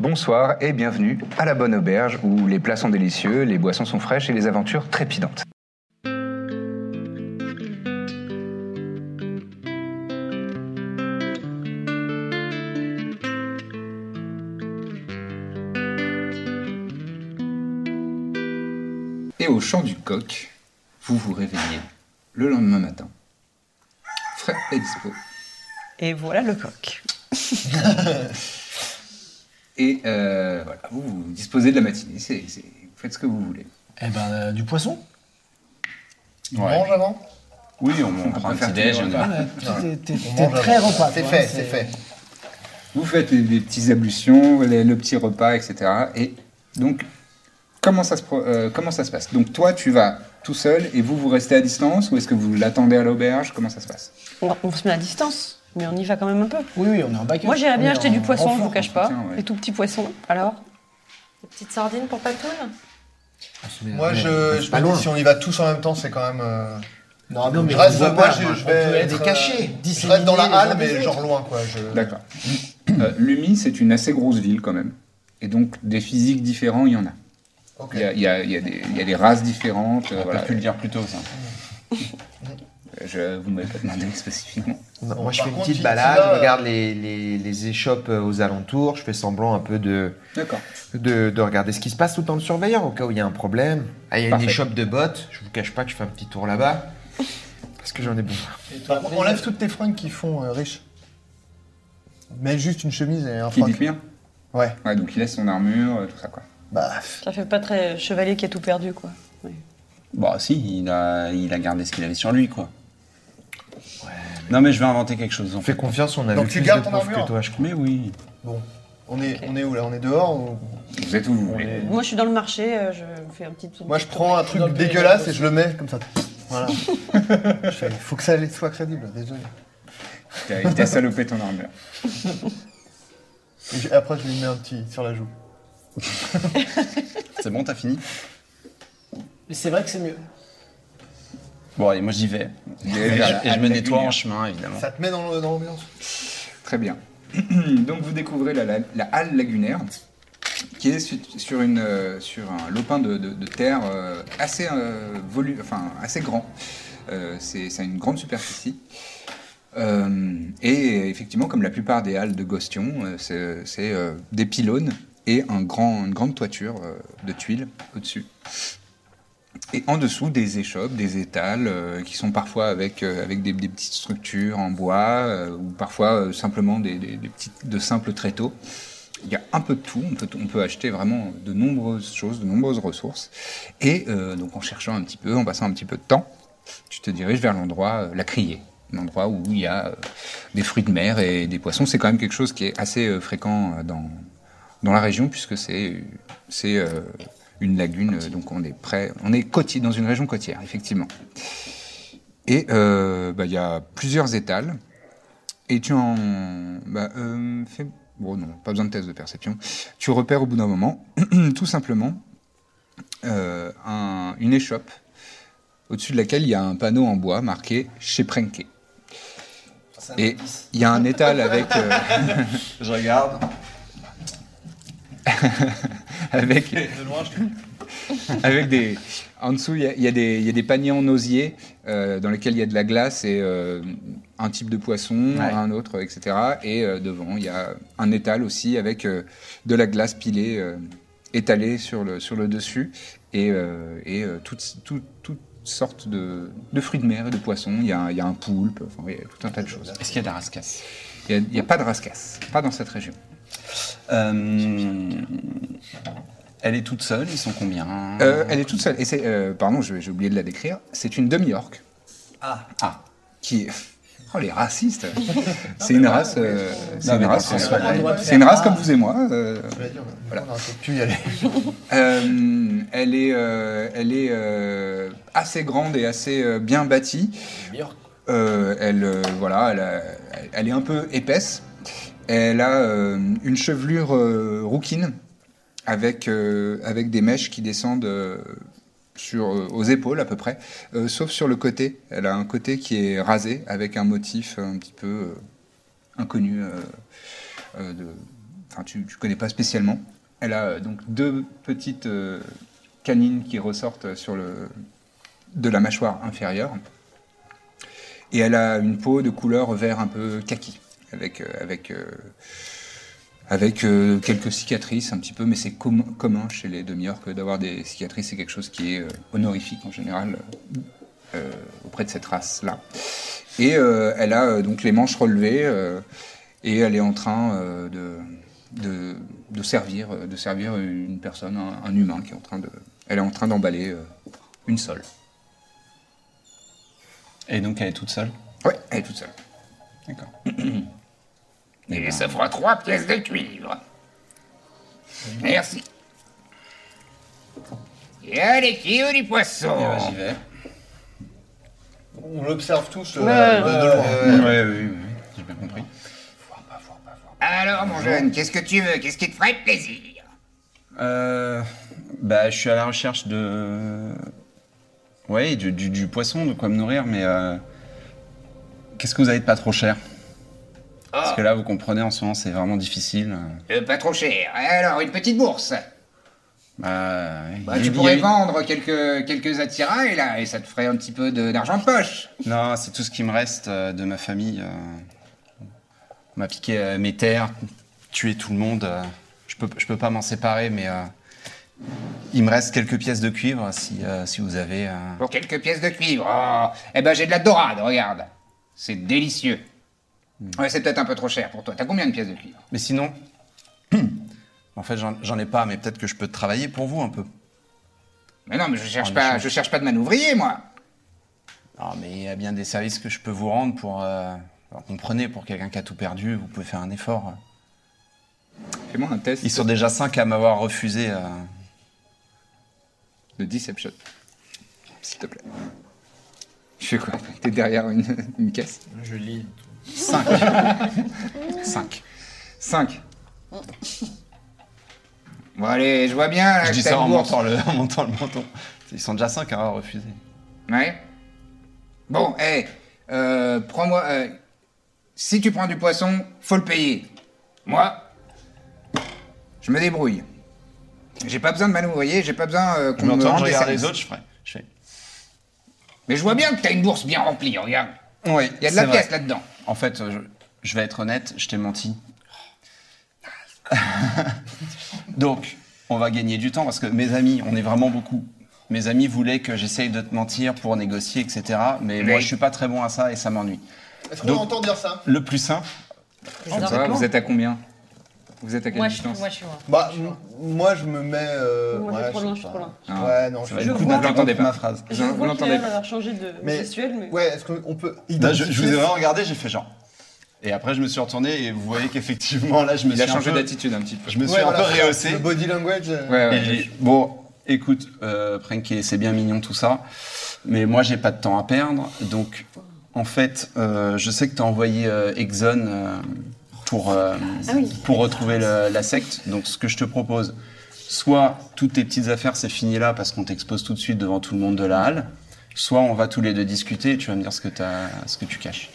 Bonsoir et bienvenue à la Bonne Auberge où les plats sont délicieux, les boissons sont fraîches et les aventures trépidantes. Et au chant du coq, vous vous réveillez le lendemain matin. Frais et dispo. Et voilà le coq. Et euh, voilà, vous, vous disposez de la matinée, c'est- c'est- vous faites ce que vous voulez. Eh ben, euh, du poisson On mange avant Oui, on, on prend un petit déj. T'es- T'es On t'es mange très avant. repas. C'est toi, fait, hein, c'est fait. Vous faites les, les petites ablutions, les- le petit repas, etc. Et donc, comment ça, se, pro- euh, comment ça se passe Donc, toi, tu vas tout seul et vous, vous restez à distance ou est-ce que vous l'attendez à l'auberge Comment ça se passe On, on se met à distance, mais on y va quand même un peu. Oui, oui, on est en backup. Moi j'irais On est bien acheter en du poisson, je renfort. vous cache pas. entretien, ouais. Les tout petits poissons, alors Des petites sardines pour Patoun Moi, je, je Pas me loin. dis, si on y va tous en même temps, c'est quand même. euh, Non, je mais reste, on moi, voit pas, je, on je peut vais être, être euh, euh, Je disséminés reste dans la les uns halle, des mais autres. genre loin, quoi. Je... D'accord. Euh, Lumi, c'est une assez grosse ville quand même. Et donc, des physiques différents, il y en a. Ok. Il y a, il y a- il y a des, il y a des races différentes. euh, On voilà. pu le dire plus tôt, ça. Euh, Je, vous ne m'avez pas demandé spécifiquement. Non, Bon, moi, je par fais une contre, petite il- il balade, va- euh, je regarde les, les- les échoppes euh, aux alentours, je fais semblant un peu de, D'accord. de, de regarder ce qui se passe tout en le surveillant, au cas où il y a un problème. Ah, il y a Parfait. une échoppe de bottes, je vous cache pas que je fais un petit tour là-bas, parce que j'en ai besoin. Par contre, enlève toutes tes fringues qui font euh, riche. Mets juste une chemise et un Qui dit fringue. bien Ouais. Ouais, donc il laisse son armure, euh, tout ça quoi. Bah, ça fait pas très chevalier qui a tout perdu quoi. Bon, Bah, si, il a, il a gardé ce qu'il avait sur lui, quoi. Non, mais je vais inventer quelque chose. en On fait confiance, on a Donc vu tu plus de gardes ton pauvres armure que toi, je crois. Mais oui. bon. On est, on est où là On est dehors ou- Vous êtes où vous voulez. Moi je suis dans le marché, euh, je fais un petit tour. Moi, je prends un truc Dans le dégueulasse pays, et je le mets comme ça. Voilà. je fais, faut que ça soit crédible, désolé. T'as- Il t'a salopé ton armure. Et je- après, je lui mets un petit sur la joue. C'est bon, t'as fini Mais C'est vrai que c'est mieux. Bon, allez, moi j'y vais. Et, Et, je, et je me nettoie en chemin, évidemment. Ça te met dans le- dans l'ambiance Très bien. Donc vous découvrez la, la- la halle lagunaire, qui est su- sur, une, euh, sur un lopin de, de- de terre euh, assez, euh, volu- enfin, assez grand. Euh, c'est ça a une grande superficie. Euh, et effectivement, comme la plupart des halles de Gostion, euh, c'est c'est, euh, des pylônes et un grand, une grande toiture euh, de tuiles au-dessus. Et en dessous, des échoppes, des étals, euh, qui sont parfois avec, euh, avec des, des petites structures en bois, euh, ou parfois euh, simplement des, des- des petites, de simples tréteaux. Il y a un peu de tout, on peut, on peut acheter vraiment de nombreuses choses, de nombreuses ressources. Et euh, donc en cherchant un petit peu, en passant un petit peu de temps, tu te diriges vers l'endroit, euh, la criée, l'endroit où il y a euh, des fruits de mer et des poissons. C'est quand même quelque chose qui est assez euh, fréquent euh, dans, dans la région, puisque c'est c'est euh, une lagune, euh, donc on est près, on est côtier, dans une région côtière, effectivement. Et euh, bah, il y a plusieurs étals, et tu en bah, euh, fais- bon non, pas besoin de test de perception. Tu repères au bout d'un moment, tout simplement, euh, un- une échoppe au-dessus de laquelle il y a un panneau en bois marqué chez Prenke. Et il y a un étal avec. euh, Je regarde. avec, De loin, je avec des. En dessous, il y, a- il y a des- il y a des paniers en osier euh, dans lesquels il y a de la glace et euh, un type de poisson, Ouais. un autre, etc. Et euh, devant, il y a un étal aussi avec euh, de la glace pilée, euh, étalée sur le, sur le dessus et, euh, et euh, toutes, tout- toutes sortes de, de fruits de mer et de poissons. Il y a, il y a un poulpe, enfin, il y a tout un tas de choses. Est-ce qu'il y a de la rascasse Il y a- il n'y a, pas de rascasse, pas dans cette région. Euh, Elle est toute seule, ils sont combien Euh, elle est toute seule. Et c'est, euh, pardon, je- j'ai oublié de la décrire. C'est une demi-orque Ah, ah. qui est Oh, les racistes C'est une race, euh, c'est Non, une mais race, on se euh, soigne. On doit c'est une faire race un- comme vous et moi. euh, Je vais dire, du coup, Voilà. on aurait peut-être pu y aller. Euh, elle est, euh, elle est euh, assez grande et assez euh, bien bâtie. Euh, elle, euh, voilà, elle, a- elle est un peu épaisse. Elle a euh, une chevelure euh, rouquine avec, euh, avec des mèches qui descendent euh, sur, euh, aux épaules à peu près, euh, sauf sur le côté. Elle a un côté qui est rasé avec un motif un petit peu euh, inconnu. euh, euh, de- Enfin, tu ne connais pas spécialement. Elle a euh, donc deux petites euh, canines qui ressortent euh, sur le, de la mâchoire inférieure. Et elle a une peau de couleur vert un peu kaki, avec, euh, avec, euh, avec euh, quelques cicatrices un petit peu, mais c'est com- commun chez les demi-orques d'avoir des cicatrices, c'est quelque chose qui est euh, honorifique en général euh, auprès de cette race-là. Et euh, elle a euh, donc les manches relevées euh, et elle est en train euh, de, de, de servir, euh, de servir une personne, un, un humain qui est en train de, elle est en train d'emballer euh, une sole. Et donc elle est toute seule Ouais, elle est toute seule. D'accord. Et ça fera trois pièces de cuivre. Merci. Et allez, qui veut du poisson Eh ben, J'y vais. On l'observe tous euh, Ouais. de, de loin. Ouais, oui, oui, oui, j'ai bien compris. Alors, mon jeune, qu'est-ce que tu veux Qu'est-ce qui te ferait plaisir Euh, bah, je suis à la recherche de. Ouais, du, du- du poisson, de quoi me nourrir, mais. euh, Qu'est-ce que vous avez de pas trop cher Ah. Parce que là, vous comprenez, en ce moment, c'est vraiment difficile. Euh, Pas trop cher. Alors, une petite bourse. Bah, Bah, il- tu il- pourrais il- vendre quelques, quelques attirails, là, et ça te ferait un petit peu de- d'argent de poche. Non, c'est tout ce qui me reste euh, de ma famille. euh. On m'a piqué euh, mes terres, tué tout le monde. euh. Je peux, je peux pas m'en séparer, mais euh, il me reste quelques pièces de cuivre si, euh, si vous avez. euh. Pour quelques pièces de cuivre. Oh, eh ben, j'ai de la dorade, regarde. C'est délicieux. Hmm. Ouais, c'est peut-être un peu trop cher pour toi. T'as combien de pièces de cuivre Mais sinon, en fait, j'en j'en ai pas, mais peut-être que je peux travailler pour vous un peu. Mais non, mais je cherche Oh, pas, méchant. je cherche pas de manouvrier, moi. Non, Ah, mais il y a bien des services que je peux vous rendre pour. euh, alors, comprenez, pour quelqu'un qui a tout perdu, vous pouvez faire un effort. Fais-moi un test Ils sont déjà cinq à m'avoir refusé. euh. de Deception. S'il te plaît. Je fais quoi T'es derrière une, une caisse Je lis. 5. 5. 5. Bon allez, je vois bien là, Je que dis t'as ça une en bourse. montant, le, en montant le menton. Ils sont déjà cinq à m'avoir refusé. Ouais. Bon, hé, euh, prends-moi... euh, si tu prends du poisson, faut le payer. Moi, je me débrouille. J'ai pas besoin de manouvrier, j'ai pas besoin euh, Je qu'on me m'entends, je rende des regarde les services. autres, je ferai. Je fais. Mais je vois bien que t'as une bourse bien remplie, regarde. Oui, Il y a de la pièce là-dedans. En fait, euh, je, je vais être honnête, je t'ai menti. Donc, on va gagner du temps parce que mes amis, on est vraiment beaucoup. Mes amis voulaient que j'essaye de te mentir pour négocier, etc. Mais moi, je suis pas très bon à ça et ça m'ennuie. Est-ce qu'on Donc- entend dire ça Le plus simple, vous êtes à combien Vous êtes à quelle Moi, je suis distance moi, je suis loin. Bah, m- moi je me mets. euh, Moi, je suis ouais, trop je loin, je sais suis pas. trop loin. Ah. Ouais, non, ça je suis va être Je le coup vois- d'entendre J'entendais pas. ma phrase. Je Vous vois qu'il l'entendez a l'air pas. d'avoir changé de Mais- gestuelle, mais... Ouais, est-ce qu'on peut. Bah, Là, je, identifier- je vous ai vraiment regardé, j'ai fait genre. Et après, je me suis retourné et vous voyez qu'effectivement, là, je me Il a suis un changé peu- d'attitude un petit peu. Je me suis Ouais, un voilà, peu rehaussé. Le body language. euh, Ouais, ouais. Et j'ai dit, bon, écoute, euh, Frankie, c'est bien mignon tout ça, mais moi j'ai pas de temps à perdre, donc en fait, euh, je sais que t'as envoyé euh, Exxon euh, pour, euh, pour retrouver le- la secte, donc ce que je te propose, soit toutes tes petites affaires c'est fini là parce qu'on t'expose tout de suite devant tout le monde de la halle, soit on va tous les deux discuter et tu vas me dire ce que, t'as- ce que tu caches.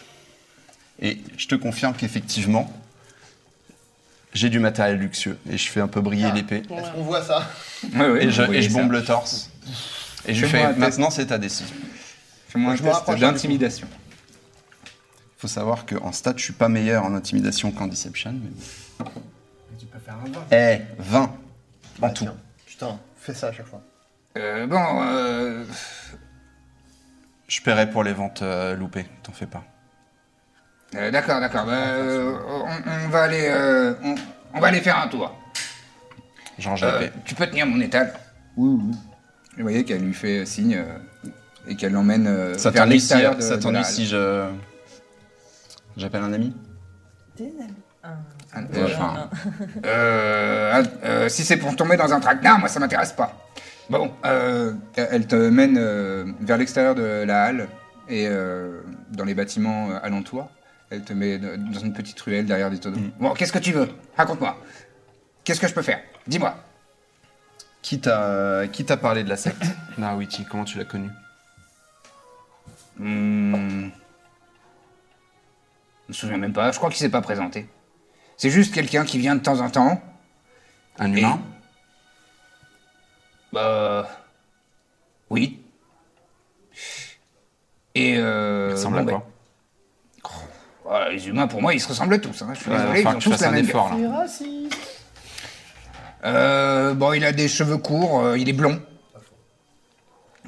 Et je te confirme qu'effectivement, j'ai du matériel luxueux et je fais un peu briller l'épée. Est-ce qu'on voit ça Ouais, ouais, Et je, vous voyez et je ça. bombe le torse. Et je lui Fais-moi un fais test. maintenant c'est ta décision. Fais-moi un Je me test rapproche un peu. d'intimidation. Faut savoir qu'en stat, je suis pas meilleur en intimidation qu'en deception. Mais... Tu peux faire un Eh, 20 en tout. Putain, fais ça à chaque fois. Euh, bon, euh, Je paierai pour les ventes euh, loupées, t'en fais pas. euh, d'accord, d'accord. bah, euh, on, on va aller, euh, on, on va aller faire un tour. J'arrange Euh, l'épée. tu peux tenir mon étal. Oui, oui. Vous voyez qu'elle lui fait signe euh, et qu'elle l'emmène euh, Ça vers t'ennuie si, l'extérieur de, ça de t'ennuie la si halle. je. J'appelle un ami Un- Ouais, enfin, Euh, euh, si c'est pour tomber dans un traquenard, moi ça m'intéresse pas. Bon, euh, elle te mène euh, vers l'extérieur de la halle et euh, dans les bâtiments euh, alentours. Elle te met de- dans une petite ruelle derrière des Mm. tonneaux. Bon, qu'est-ce que tu veux Raconte-moi. Qu'est-ce que je peux faire Dis-moi. Qui t'a qui t'a parlé de la secte Narawiti, comment tu l'as connue Mm. Hmm. Je me souviens même pas, je crois qu'il s'est pas présenté. C'est juste quelqu'un qui vient de temps en temps. Un Et- humain Bah. Oui. Et. Euh, Il ressemble à bon, quoi bah, voilà, les humains, pour moi, ils se ressemblent tous. hein. Je suis Ouais, désolé, ils falloir ont que je tous fasse la un même effort là. gueule. Euh, bon, il a des cheveux courts, euh, il est blond.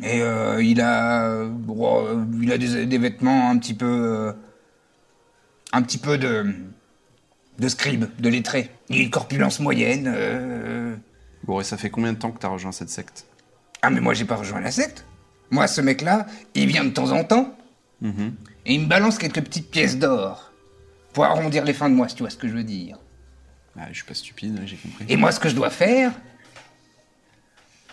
Et euh, il a. bon, euh, il a des, des vêtements un petit peu. euh, un petit peu de. de scribe, de lettré. Il est de corpulence moyenne. euh, Bon, et ça fait combien de temps que t'as rejoint cette secte Ah mais moi j'ai pas rejoint la secte. Moi ce mec là, il vient de temps en temps. Et il me balance quelques petites pièces d'or. Pour arrondir les fins de mois, si tu vois ce que je veux dire. ah, Je suis pas stupide, ouais, j'ai compris. Et moi ce que je dois faire,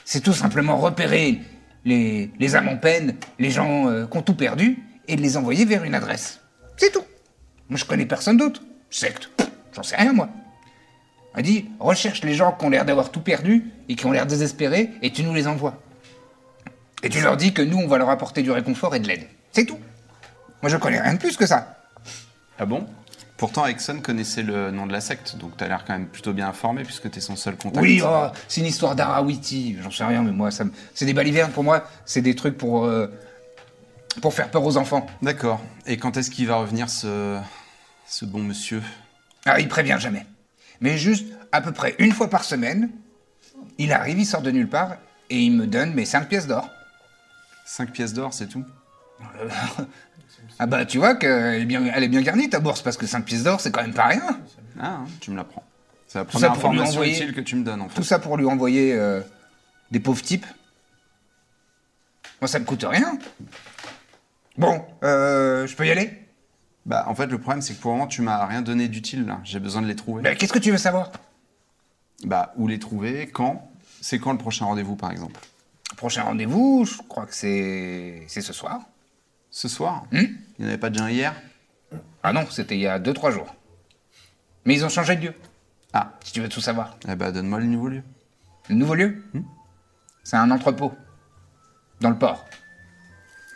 c'est tout simplement repérer les, les âmes en peine, les gens euh, qui ont tout perdu, et de les envoyer vers une adresse. C'est tout. Moi je connais personne d'autre. Secte, pff, j'en sais rien moi. On dit, recherche les gens qui ont l'air d'avoir tout perdu et qui ont l'air désespérés, et tu nous les envoies. Et tu leur dis que nous, on va leur apporter du réconfort et de l'aide. C'est tout. Moi, je connais rien de plus que ça. Ah bon Pourtant, Exxon connaissait le nom de la secte, donc t'as l'air quand même plutôt bien informé puisque t'es son seul contact. Oui, oh, c'est une histoire d'Arawiti. J'en sais rien, mais moi, ça me- c'est des balivernes pour moi. C'est des trucs pour, euh, pour faire peur aux enfants. D'accord. Et quand est-ce qu'il va revenir ce ce bon monsieur Ah, il prévient jamais. Mais juste, à peu près une fois par semaine, il arrive, il sort de nulle part, et il me donne mes 5 pièces d'or. 5 pièces d'or, c'est tout Ah bah, tu vois qu'elle est, bien- elle est bien garnie, ta bourse, parce que 5 pièces d'or, c'est quand même pas rien. Ah, hein, tu me l'apprends. C'est la Tout première ça pour lui information envoyer- utile que tu me donnes en fait. Tout ça pour lui envoyer euh, des pauvres types. Moi, ça me coûte rien. Bon, euh, je peux y aller Bah, en fait, le problème, c'est que pour le moment, tu m'as rien donné d'utile là. J'ai besoin de les trouver. Mais Ben, Qu'est-ce que tu veux savoir Bah, où les trouver Quand C'est quand le prochain rendez-vous, par exemple Prochain rendez-vous, je crois que c'est c'est ce soir. Ce soir Hmm Il n'y en avait pas déjà un hier Ah non, c'était il y a 2-3 jours. Mais ils ont changé de lieu, Ah, si tu veux tout savoir. eh bah, donne-moi le nouveau lieu. Le nouveau lieu, c'est un entrepôt. Dans le port.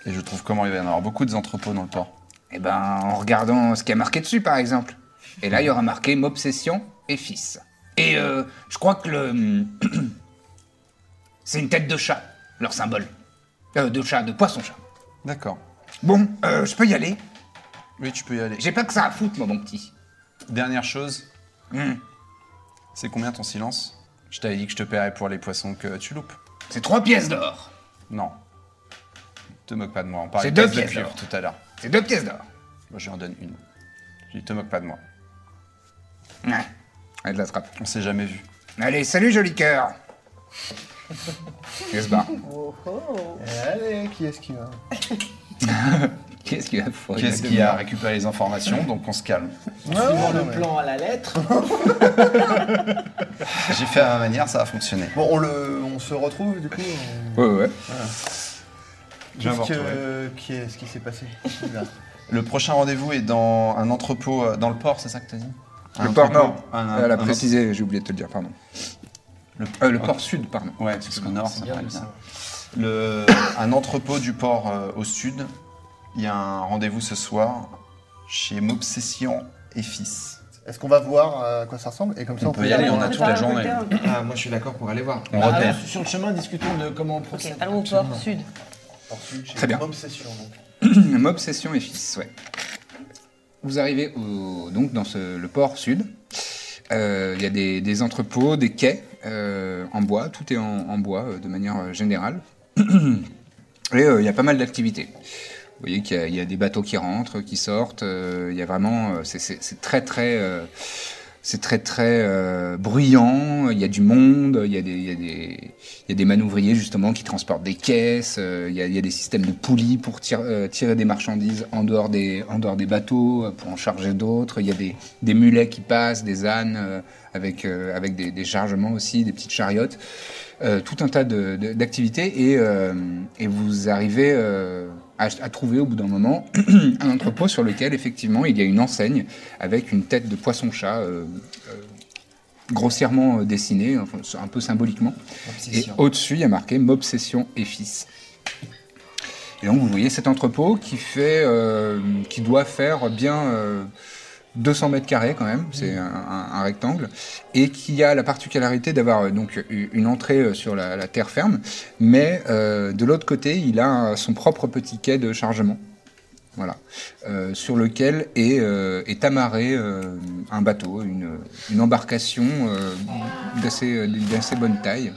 Et je trouve comment il va y en avoir beaucoup des entrepôts dans le port. Eh ben, en regardant ce qui a marqué dessus, par exemple. Et là, il y aura marqué M'obsession et fils. Et euh, je crois que le. C'est une tête de chat, leur symbole. Euh, de chat, de poisson-chat. D'accord. Bon, euh, je peux y aller. Oui, tu peux y aller. J'ai pas que ça à foutre, moi, mon petit. Dernière chose, Hmm. c'est combien ton silence Je t'avais dit que je te paierais pour les poissons que tu loupes. C'est trois pièces d'or. Non. Te moque pas de moi, on parlait C'est de deux pièces de pièces, cuivre alors. tout à l'heure. C'est deux pièces d'or. Moi, je lui en donne une. Je lui dis, te moque pas de moi. Ouais. Elle l'attrape. On s'est jamais vu. Allez, salut, joli cœur. Qu'est-ce barre. Allez, qui est-ce qui va Qu'est-ce qu'il a foiré Qu'est-ce qui a récupéré les informations, donc on se calme. Suivant le plan à la lettre. J'ai fait à ma manière, ça a fonctionné. Bon, on, le, on se retrouve du coup. on- Ouais, ouais. Je vais Qu'est-ce que- avoir qui est-ce qui s'est passé Là. Le prochain rendez-vous est dans un entrepôt euh, dans le port, c'est ça que t'as dit Le Un port entrepôt, nord. un- un- Ah, Elle a un- précisé, j'ai oublié de te le dire, pardon. Le, Euh, le port sud, pardon. Ouais, parce qu'au nord, ça bien paraît de bien. savoir. Le, un entrepôt du port euh, au sud. Il y a un rendez-vous ce soir chez M'Obsession et Fils. Est-ce qu'on va voir euh, à quoi ça ressemble Et comme ça, On on, peut y aller, on a Mais toute par la un journée. cocktail, Ah, moi je suis d'accord pour aller voir. On Bah, repère. alors, sur le chemin, discutons de comment on procède. Ok, allons au port sud. Très bien. Obsession, donc. M'obsession et fils, ouais. Vous arrivez au- donc dans ce- le port sud. Euh, Il y a des, des entrepôts, des quais euh, en bois. Tout est en, en bois euh, de manière euh, générale. Et euh, il y a pas mal d'activités. Vous voyez qu'il y, a- il y a des bateaux qui rentrent, qui sortent. euh, il y a vraiment, euh, c'est- c'est c'est très très euh, C'est très très euh, bruyant, il y a du monde, il y a des, il y a des, il y a des manouvriers justement qui transportent des caisses, euh, il, y a, il y a des systèmes de poulies pour tir- euh, tirer des marchandises en dehors des, en dehors des bateaux, euh, pour en charger d'autres, il y a des, des mulets qui passent, des ânes euh, avec, euh, avec des, des chargements aussi, des petites chariotes, Euh, tout un tas de- de- d'activités et, euh, et vous arrivez euh, à, à trouver au bout d'un moment un entrepôt sur lequel effectivement il y a une enseigne avec une tête de poisson-chat euh, euh, grossièrement euh, dessinée, enfin, un peu symboliquement. Obsession. Et au-dessus, il y a marqué M'obsession et fils. Et donc vous voyez cet entrepôt qui fait, euh, qui doit faire bien euh, 200 mètres carrés quand même, c'est un, un- un rectangle, et qui a la particularité d'avoir euh, donc u- une entrée euh, sur la, la terre ferme, mais euh, de l'autre côté, il a euh, son propre petit quai de chargement. Voilà, Euh, sur lequel est, euh, est amarré euh, un bateau, une, une embarcation euh, d'assez euh, d'assez bonne taille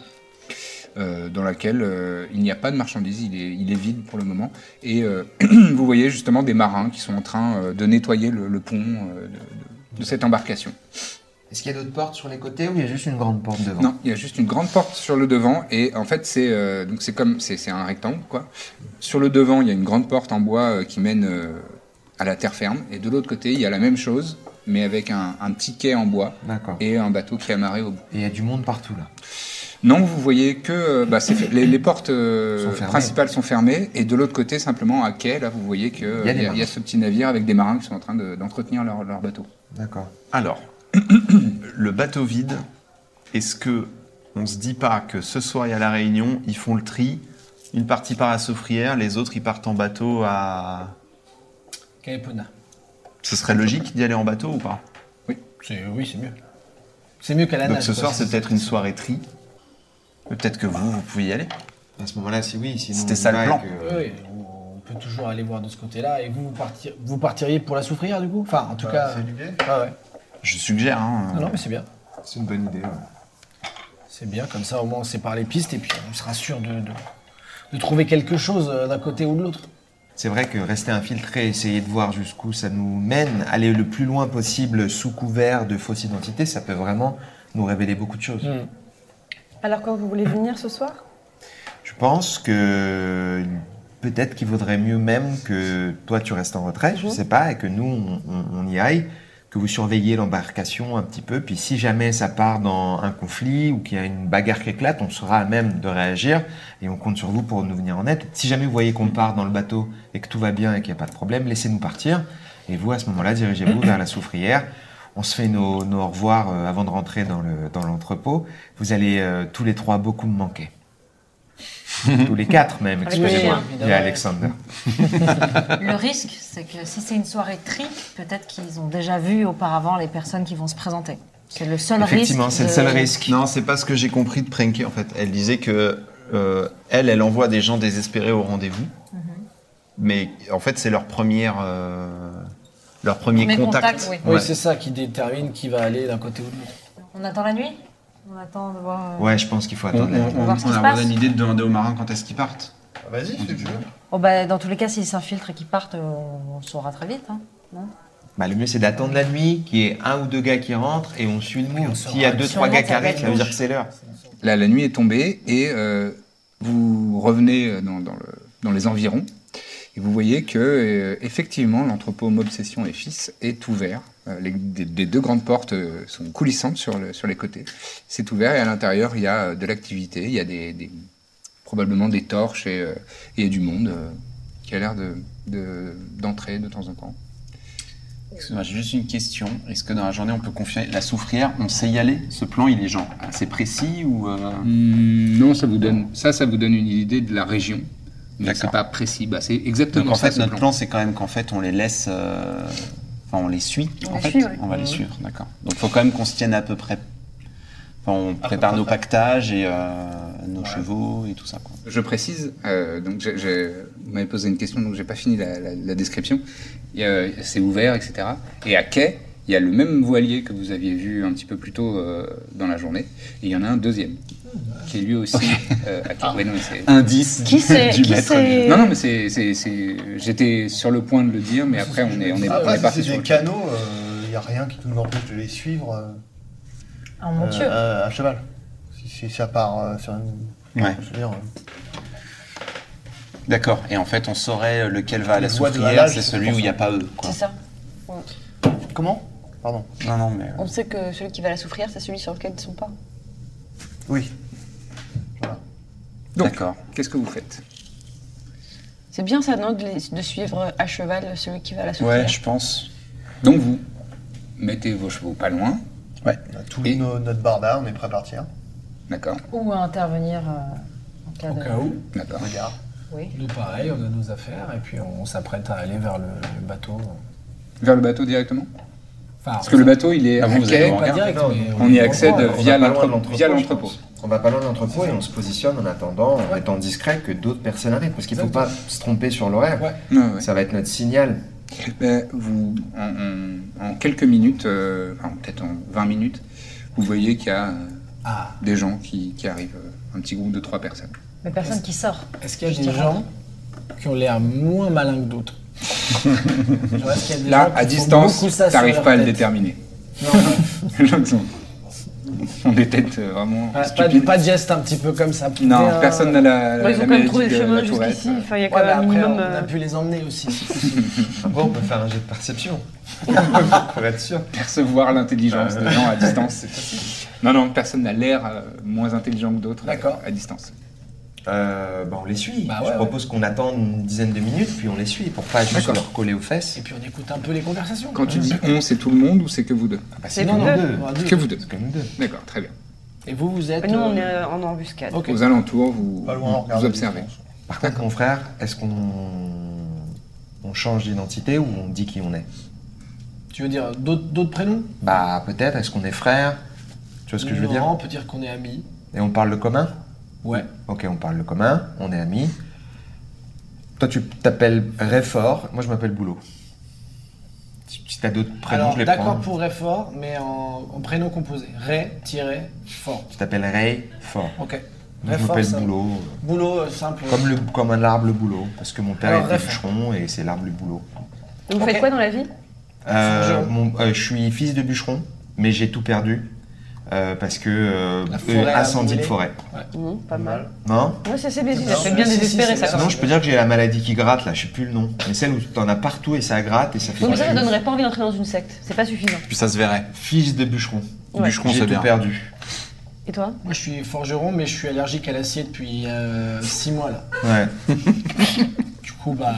euh, dans laquelle euh, il n'y a pas de marchandises, il est, il est vide pour le moment. Et euh, vous voyez justement des marins qui sont en train euh, de nettoyer le, le pont euh, de, de- de cette embarcation. Est-ce qu'il y a d'autres portes sur les côtés ou il y a juste une grande porte devant Non, il y a juste une grande porte sur le devant et en fait c'est euh, donc c'est comme c'est c'est un rectangle quoi. Sur le devant il y a une grande porte en bois euh, qui mène euh, à la terre ferme et de l'autre côté il y a la même chose mais avec un, un petit quai en bois D'accord. Et et un bateau qui est amarré au bout. il y a du monde partout là. Non, vous voyez que euh, bah, c'est- les, les portes euh, Sont fermées. principales sont fermées et de l'autre côté simplement à quai là vous voyez que euh, Il y a des il y, a- il y a marins. ce petit navire avec des marins qui sont en train de- d'entretenir leur, leur bateau. D'accord. Alors, le bateau vide, est-ce que on se dit pas que ce soir, il y a la réunion, ils font le tri, une partie part à Soufrière, les autres, ils partent en bateau à... Caepona. Ce serait logique d'y aller en bateau ou pas C'est- Oui, c'est mieux. C'est mieux qu'à la Donc nage, ce quoi. soir, c'est peut-être une soirée tri. Mais Peut-être que vous, vous pouvez y aller. À ce moment-là, si oui, sinon. C'était ça le ouais, plan. que- Oui, oui, on peut toujours aller voir de ce côté-là. Et vous, vous, partir- vous partiriez pour la souffrir, du coup Enfin, Bah, en tout cas. c'est l'idée. Ah ouais. Je suggère. hein. Non, non, mais c'est bien. C'est une bonne idée. ouais. C'est bien, comme ça, au moins, on sépare les pistes et puis on sera sûr de, de, de trouver quelque chose euh, d'un côté ou de l'autre. C'est vrai que rester infiltré, essayer de voir jusqu'où ça nous mène, aller le plus loin possible sous couvert de fausse identité, ça peut vraiment nous révéler beaucoup de choses. Alors quand vous voulez venir ce soir Je pense que peut-être qu'il vaudrait mieux même que toi tu restes en retrait, je Mhm. sais pas, et que nous on, on- on y aille, que vous surveillez l'embarcation un petit peu, puis si jamais ça part dans un conflit ou qu'il y a une bagarre qui éclate, on sera à même de réagir et on compte sur vous pour nous venir en aide. Si jamais vous voyez qu'on part dans le bateau et que tout va bien et qu'il n'y a pas de problème, laissez-nous partir et vous à ce moment-là dirigez-vous vers la soufrière. On se fait nos, nos au revoir euh, avant de rentrer dans le- dans l'entrepôt. vous allez euh, tous les trois beaucoup me manquer. Tous les quatre même, excusez-moi. Alexandre. Il y a Alexander. euh, Le risque, c'est que si c'est une soirée tri, peut-être qu'ils ont déjà vu auparavant les personnes qui vont se présenter. C'est le seul risque. Effectivement, c'est le de- seul risque. Non, c'est pas ce que j'ai compris de Prenke en fait. Elle disait que euh, elle, elle envoie des gens désespérés au rendez-vous, Mhm. mais en fait c'est leur première, euh, leur premier Premier contact. contact, oui. Oui, Ouais. c'est ça qui détermine qui va aller d'un côté ou de l'autre. On attend la nuit On attend de voir. euh, Ouais, je pense qu'il faut On, attendre. la nuit. on, on, voir ce qui on se a passe. une idée de demander aux marins quand est-ce qu'ils partent. Ah, Vas-y, fais le Oh, bah, dans tous les cas, s'ils s'infiltrent et qu'ils partent, euh, on, on le saura très vite. hein. Bah, le mieux, c'est d'attendre la nuit, qu'il y ait un ou deux gars qui rentrent et on suit le move. S'il y a deux, trois Sûrement, gars qui ça va arrivent, être ça veut dire louche. que c'est l'heure. Là la nuit est tombée et euh, vous revenez euh, dans, dans le- dans les environs et vous voyez que euh, effectivement l'entrepôt M'obsession et fils est ouvert. Euh, les, des, des deux grandes portes euh, sont coulissantes sur, le- sur les côtés. C'est ouvert et à l'intérieur il y a euh, de l'activité, il y a des, des- probablement des torches et, euh, et du monde euh, qui a l'air de- de- d'entrer de temps en temps. Excuse-moi, j'ai juste une question. Est-ce que dans la journée, on peut confier la soufrière On sait y aller Ce plan, il est genre assez précis ou euh, Hmm, Non, ça vous donne ça, ça vous donne une idée de la région, mais D'accord. c'est pas précis. Bah, c'est Donc exactement en ça. fait, ce notre plan. plan, c'est quand même qu'en fait, on les laisse. euh, Enfin, on les suit. On en les fait. suit, ouais. On va les suivre, d'accord. Donc, faut quand même qu'on se tienne à peu près. Enfin, on prépare nos pactages et euh, nos chevaux et tout ça. Quoi. Je précise, euh, donc j'ai- j'ai- vous m'avez posé une question, donc j'ai pas fini la, la- la description. Il y a- C'est ouvert, etc. Et à quai, il y a le même voilier que vous aviez vu un petit peu plus tôt euh, dans la journée. Et il y en a un deuxième qui est lui aussi euh, à quai. Ouais, non, mais c'est- Indice Qui c'est du Qui maître. c'est Non, non, mais c'est, c'est- c'est- j'étais sur le point de le dire, mais après on est, on est, on est Après, parti si sur c'est des autre chose. canaux, il n'y a rien qui nous empêche de les suivre euh, Oh, En monture. euh, à, à cheval. Si, si ça part euh, sur une. Ouais. je veux dire, euh, D'accord. Et en fait, on saurait euh, lequel va à la Les voies de soufrière, halage, c'est c'est celui pour où il n'y a pas eux. quoi. C'est ça. Comment Pardon. Non, non, mais. On sait que celui qui va la souffrir, c'est celui sur lequel ils sont pas. Oui. Donc, D'accord. qu'est-ce que vous faites C'est bien ça, non, de, les- de suivre euh, à cheval celui qui va la souffrir. Ouais, je pense. Donc, vous mettez vos chevaux pas loin, On a tout Et- nos- notre barda, on est prêt à partir. d'accord Ou à intervenir euh, en cas Au de. cas où, D'accord. Regarde. Oui. nous pareil, on a nos affaires et puis on s'apprête à aller vers le, le bateau. Vers le bateau directement Enfin, Parce que le bateau, il est Ah, à vous, vous quai, avez pas direct, Non, mais on y accède On va via pas loin de l'entrepôt. via je l'entrepôt. pense. On va pas loin de l'entrepôt et on se positionne en attendant, en étant discret que d'autres personnes arrivent. Parce qu'il ne faut pas se tromper sur l'horaire. Ouais. Ouais, ouais. Ça va être notre signal. Ben, vous, en, en- en quelques minutes, euh, enfin, peut-être en 20 minutes, vous voyez qu'il y a euh, Ah, des gens qui, qui arrivent, euh, un petit groupe de trois personnes. Mais personne qui sort. Est-ce qu'il y a Je des dirais. gens qui ont l'air moins malins que d'autres Genre, est-ce qu'il y a des Là, gens qui à font distance, beaucoup ça sur t'arrives leur pas à le tête déterminer. Non, Les gens sont, ont des têtes euh, vraiment pas- pas, stupides. pas de gestes un petit peu comme ça. non, bien- personne n'a la, la, Bah, ils ont la quand même maladie trouvé de le la chemin Tourette. jusqu'ici. Enfin, il y a quand Ouais, mais même un bah, après, minimum. on euh, a pu les emmener aussi. Après, on peut faire un jet de perception. pour être sûr. Percevoir l'intelligence des gens à distance, c'est facile. Non, non, personne n'a l'air euh, moins intelligent que d'autres euh, D'accord. à distance. Euh, bah, on les suit. Bah Je ouais, ouais. propose qu'on attende une dizaine de minutes, puis on les suit pour pas juste D'accord. leur coller aux fesses. Et puis on écoute un peu les conversations. Quand tu dis on, c'est tout le monde ou c'est que vous deux c'est non, comme non, deux. on va C'est dire- que vous deux. C'est comme deux. D'accord, très bien. Et vous, vous êtes. Nous, on euh, est en embuscade. Ok. Aux alentours, vous, Pas loin, on regarde. vous observez. Par contre, mon frère, est-ce qu'on on change d'identité ou on dit qui on est Tu veux dire d'autres d'autres prénoms Bah, peut-être. Est-ce qu'on est frère Tu vois ce que je veux Non, dire on peut dire qu'on est amis. Et on parle le commun Ouais. Ok, on parle le commun, on est amis. Toi, tu t'appelles Réfort, moi je m'appelle Boulot. Si si t'as d'autres prénoms, Alors, je les d'accord prends. pour Réfort, mais en, en prénom composé. Ré, tiré, fort. Tu t'appelles Réfort. Ok. Moi, je Réfort, m'appelle ça- Boulot. Boulot, euh, simple. Comme, le, comme un arbre le boulot, parce que mon père Alors, était Réfort. bûcheron et c'est l'arbre le boulot. Vous faites Ok. quoi dans la vie Euh, Forgeron. mon- euh, je suis fils de bûcheron, mais j'ai tout perdu euh, parce que euh, La euh, forêt a incendie de brûlé. Ah, forêt. Mmh, Pas mal. Non Moi, c'est bien dit. Non, Ça fait bien si, si, désespéré, c'est ça. bien. quand Sinon, même. je peux dire que j'ai la maladie qui gratte, là, je sais plus le nom, mais celle où t'en as partout et ça gratte et ça fait. Oui, mais ça, ça mal. donnerait pas envie d'entrer dans une secte. C'est pas suffisant. Puis ça se verrait. Fils de bûcheron. Ouais. Bûcheron, J'ai c'est tout bien. perdu. Et toi Moi, je suis forgeron, mais je suis allergique à l'acier depuis 6 mois là. Ouais. Du coup, bah,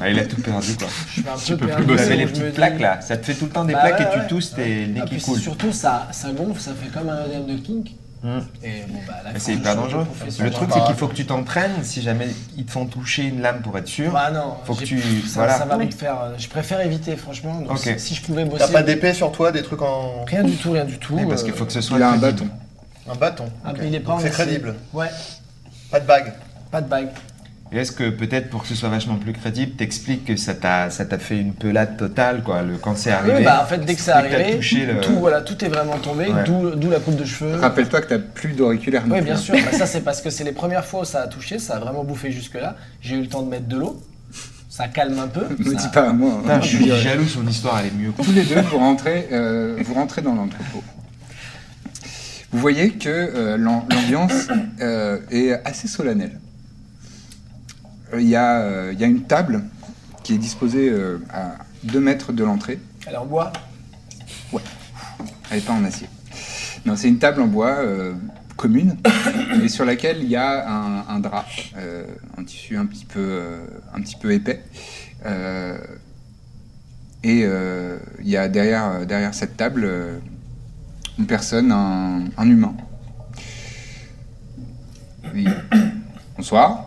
Ah, il a tout perdu quoi. je suis peux un peu plus perdu. Vous bosser. avez les donc je me petites dis- plaques là, ça te fait tout le temps des Bah plaques ouais, et tu ouais. tousses tes nez Ah, qui puis c'est coulent. surtout, ça, ça gonfle, ça fait comme un œdème de kink. Hmm. Et bon, bah, là, faut Mais C'est que hyper je- dangereux. je fais ça. Le truc, c'est qu'il faut que tu t'en prennes si jamais ils te font toucher une lame pour être sûr. Bah non, Faut que j'ai- tu- ça, voilà. ça va me faire. euh, Je préfère éviter, franchement. Donc, Ok. si- si je pouvais bosser. T'as pas d'épée sur toi, des trucs en. Rien du tout, rien du tout. Mais parce qu'il euh, faut que ce soit Il a un crédible. bâton. Un bâton. ah, Ok. mais il est pas Donc en C'est acier. crédible. Ouais, Pas de bague. pas de bague. Et est-ce que peut-être pour que ce soit vachement plus crédible, t'expliques que ça t'a ça t'a fait une pelade totale quoi, le quand Ah, c'est arrivé. Oui, bah en fait, dès que c'est dès que t'as arrivé, touché le- tout, voilà, tout est vraiment tombé, Ouais. d'où d'où la coupe de cheveux. Rappelle-toi que t'as plus d'auriculaire. non Oui, plus, bien hein. sûr. Bah, ça, c'est parce que c'est les premières fois où ça a touché, ça a vraiment bouffé jusque-là. J'ai eu le temps de mettre de l'eau. Ça calme un peu. Ne me ça- dis pas à moi. hein. Putain, je suis jaloux, son histoire elle est mieux. quoi. Tous les deux, vous rentrez, euh, vous rentrez dans l'entrepôt. Vous voyez que euh, l'am- l'ambiance euh, est assez solennelle. Euh, Il y, a, euh, il y a une table qui est disposée euh, à 2 mètres de l'entrée. Elle est en bois. Elle n'est pas en acier. Non, c'est une table en bois euh, commune, et sur laquelle il y a un, un drap, euh, un tissu un petit peu, euh, un petit peu épais. Euh, et euh, il y a derrière, euh, derrière cette table euh, une personne, un, un humain. Oui. Bonsoir.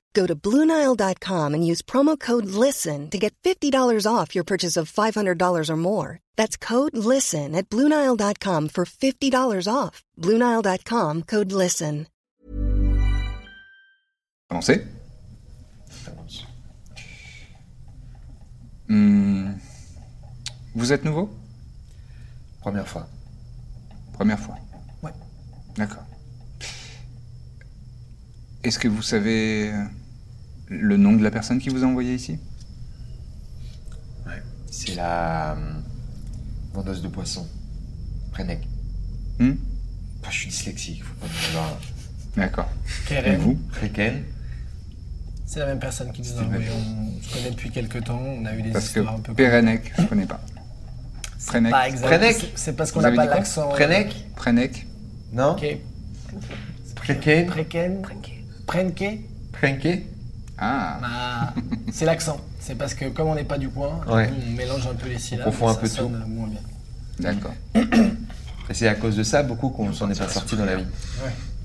Go to BlueNile.com and use promo code LISTEN to get $50 off your purchase of $500 or more. That's code LISTEN at BlueNile.com for $50 off. BlueNile.com code LISTEN. Avancez. Hmm. Vous êtes nouveau Première fois. Première fois. Ouais. D'accord. Est-ce que vous savez euh, le nom de la personne qui vous a envoyé ici C'est la euh, vendeuse de poissons. Renek. Hmm Bah, je suis dyslexique, faut pas me vouloir. D'accord. Et Keren, vous Reken. c'est la même personne qui nous a C'est le même. envoyé. On se connaît depuis quelques temps. On a eu des Parce que histoires un peu. Perenek, je connais pas. C'est Prenec. pas exact. Prenec. C'est- C'est parce qu'on Vous n'a avez pas dit quoi l'accent. Renek Prenek Non Ok. Reken. Preken. Prenke. Renke. Ah, Ah, c'est l'accent. C'est parce que comme on n'est pas du coin, Ouais. nous, on mélange un peu les syllabes. confond et un ça peu sonne moins bien. d'accord. Et c'est à cause de ça beaucoup qu'on s'en est pas sorti dans la vie.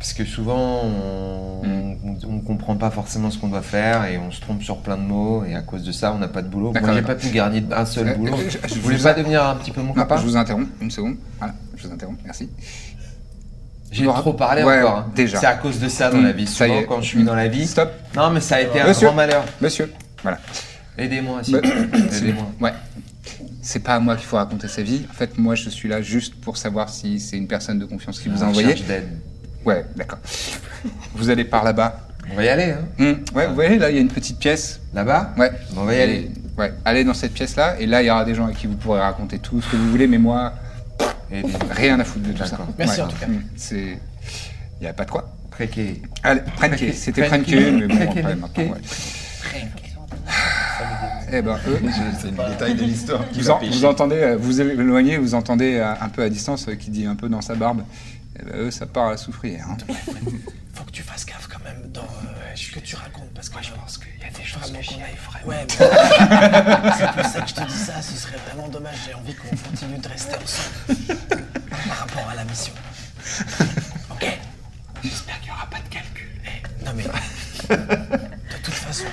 Parce que souvent, on Mm. ne comprend pas forcément ce qu'on doit faire et on se trompe sur plein de mots et à cause de ça, on n'a pas de boulot. D'accord, Moi, j'ai pas d'accord. pu gagner un Euh, seul boulot. je- je Je voulais vous pas a- devenir un petit peu mon Non, papa. je vous interromps une seconde. Voilà, je vous interromps, merci. J'ai Laura- trop parlé Ouais, encore. hein. déjà. C'est à cause de ça dans Mm, la vie. ça y Souvent, est. quand je suis dans la vie. Stop, Non, mais ça a été un Monsieur. grand malheur. monsieur. Voilà. Aidez-moi aussi. Bah, Aidez-moi. Ouais. C'est pas à moi qu'il faut raconter sa vie. En fait, moi, je suis là juste pour savoir si c'est une personne de confiance qui vous a On envoyé. cherche d'aide. Ouais, d'accord. Vous allez par là-bas. On va y aller. Hein. Hmm, Ouais, vous voyez, là, il y a une petite pièce. Là-bas Ouais. On va y Et- aller. Ouais, allez dans cette pièce-là, et là, il y aura des gens à qui vous pourrez raconter tout ce que vous voulez, mais moi, Aidez-moi. rien à foutre de tout ça. D'accord. Merci, en tout cas. Hmm, C'est. Il n'y a pas de quoi. Préqué. Allez, Prenke, c'était Prenke, Prenke. mais bon, Prenke, après, Prenke. maintenant, ouais. Eh ben, eux, C'est le détail de l'histoire qui Vous, en- vous entendez, euh, vous éloignez, vous entendez euh, un peu à distance euh, qui dit un peu dans sa barbe. Eh ben, eux, ça part à la soufrière. hein. Faut que tu fasses gaffe quand même dans euh, ce que tu racontes parce que je pense qu'il y a des choses que j'y aille vraiment. Ouais, mais- c'est pour ça que je te dis ça. Ce serait vraiment dommage. J'ai envie qu'on continue de rester ensemble par rapport à la mission. Ok. J'espère qu'il n'y aura pas de calcul. Eh, non mais de toute façon,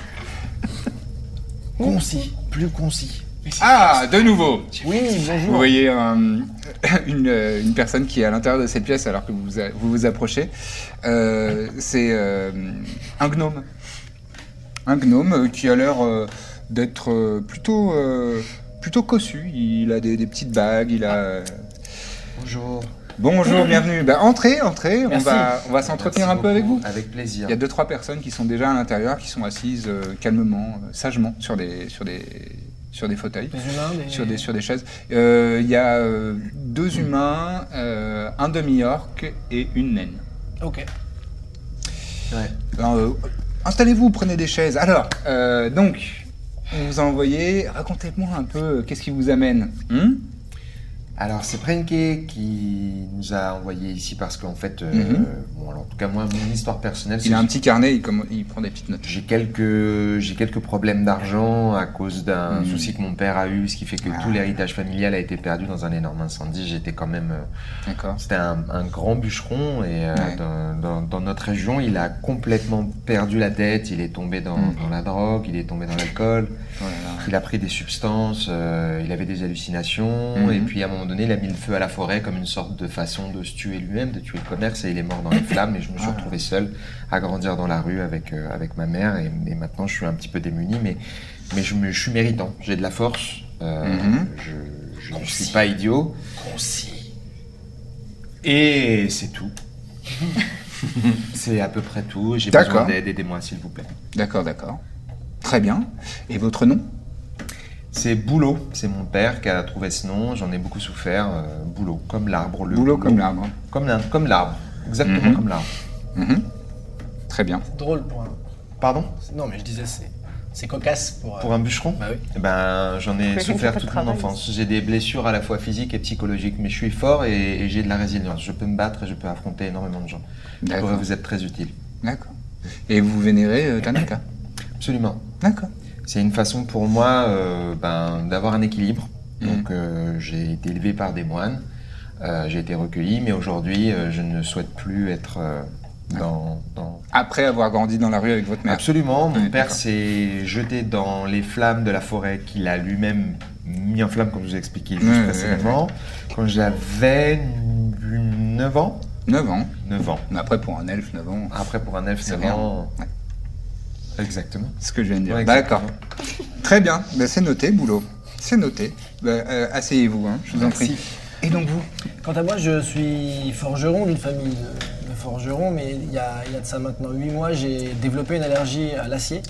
concis, plus concis. Ah, de nouveau Oui, Vous bonjour. voyez un- une, euh, une personne qui est à l'intérieur de cette pièce alors que vous a- vous, vous approchez. Euh, C'est euh, un gnome. Un gnome euh, qui a l'air euh, d'être euh, plutôt, euh, plutôt cossu. Il a des, des petites bagues, il a... Bonjour. Bonjour, bienvenue. Bah, entrez, entrez, Mmh. on Merci. va, on va s'entretenir Merci un peu avec beaucoup. vous. Avec plaisir. Il y a deux trois personnes qui sont déjà à l'intérieur, qui sont assises euh, calmement, euh, sagement sur des sur des sur des fauteuils, Les humains, les- sur des sur des chaises. Euh, Il y a euh, deux humains, euh, un demi-orc et une naine. Ok. Ouais. Alors, euh, Installez-vous, prenez des chaises. Alors, euh, donc, on vous a envoyé. Racontez-moi un peu euh, qu'est-ce qui vous amène. Hmm Alors, c'est Prenke qui nous a envoyé ici parce qu'en fait, euh, Mhm. bon, alors, en tout cas, moi, mon histoire personnelle, c'est il a un que petit carnet, il, comm- il prend des petites notes. j'ai quelques, j'ai quelques problèmes d'argent à cause d'un Mhm. souci que mon père a eu, ce qui fait que Ah. tout l'héritage familial a été perdu dans un énorme incendie. J'étais quand même euh, D'accord. C'était un, un grand bûcheron et euh, Ouais. dans, dans- dans notre région, il a complètement perdu la tête. Il est tombé dans, Mm. dans la drogue, il est tombé dans l'alcool, Oh là là. il a pris des substances, euh, il avait des hallucinations. Mhm. Et puis à un moment donné, il a mis le feu à la forêt comme une sorte de façon de se tuer lui-même, de tuer le commerce. Et il est mort dans les flammes. Et je me suis Ah. retrouvé seul à grandir dans la rue avec, euh, avec ma mère. Et, et maintenant, je suis un petit peu démuni, mais, mais je, me, je suis méritant. J'ai de la force. Euh, Mhm. je- Je ne suis pas idiot. Concis. Et c'est tout. c'est à peu près tout. J'ai D'accord. besoin d'aide. Aidez-moi, s'il vous plaît. D'accord, d'accord. Très bien. Et votre nom C'est Boulot. C'est mon père qui a trouvé ce nom. J'en ai beaucoup souffert. Euh, boulot, comme l'arbre. le Boulot comme l'arbre. Comme l'arbre. Comme l'arbre. Exactement Mhm. comme l'arbre. Mhm. Très bien. Drôle pour un. Pardon Non mais je disais c'est, c'est cocasse pour. euh, Pour un bûcheron Bah oui. Eh Ben, j'en ai Quelqu'un qui souffert fait toute pas de mon travail. enfance. J'ai des blessures à la fois physiques et psychologiques, mais je suis fort et, et j'ai de la résilience. Je peux me battre et je peux affronter énormément de gens. Je pourrais D'accord. vous être très utile. D'accord. Et vous vénérez euh, Tanaka. Absolument. D'accord. C'est une façon pour moi euh, ben, d'avoir un équilibre. Mhm. Donc euh, j'ai été élevé par des moines, euh, j'ai été recueilli, mais aujourd'hui euh, je ne souhaite plus être euh, Ah. dans, dans- Après avoir grandi dans la rue avec votre mère. Absolument, mon Ah. Ouais, père d'accord. s'est jeté dans les flammes de la forêt qu'il a lui-même mis en flamme, comme je vous ai expliqué juste Ouais, ouais, précédemment, quand j'avais 9 ans. 9 ans. 9 ans. Mais après, pour un elfe, 9 ans. Après pour un elfe, C'est 9 rien. ans, Ouais. Exactement. Ce que je viens de dire. Ouais, D'accord. Très bien. Ben, c'est noté, boulot. C'est noté. Ben, euh, Asseyez-vous, hein, je vous en Merci. prie. Et donc vous Quant à moi, je suis forgeron d'une famille de, de forgerons, mais il y, a, il y a de ça maintenant 8 mois, j'ai développé une allergie à l'acier,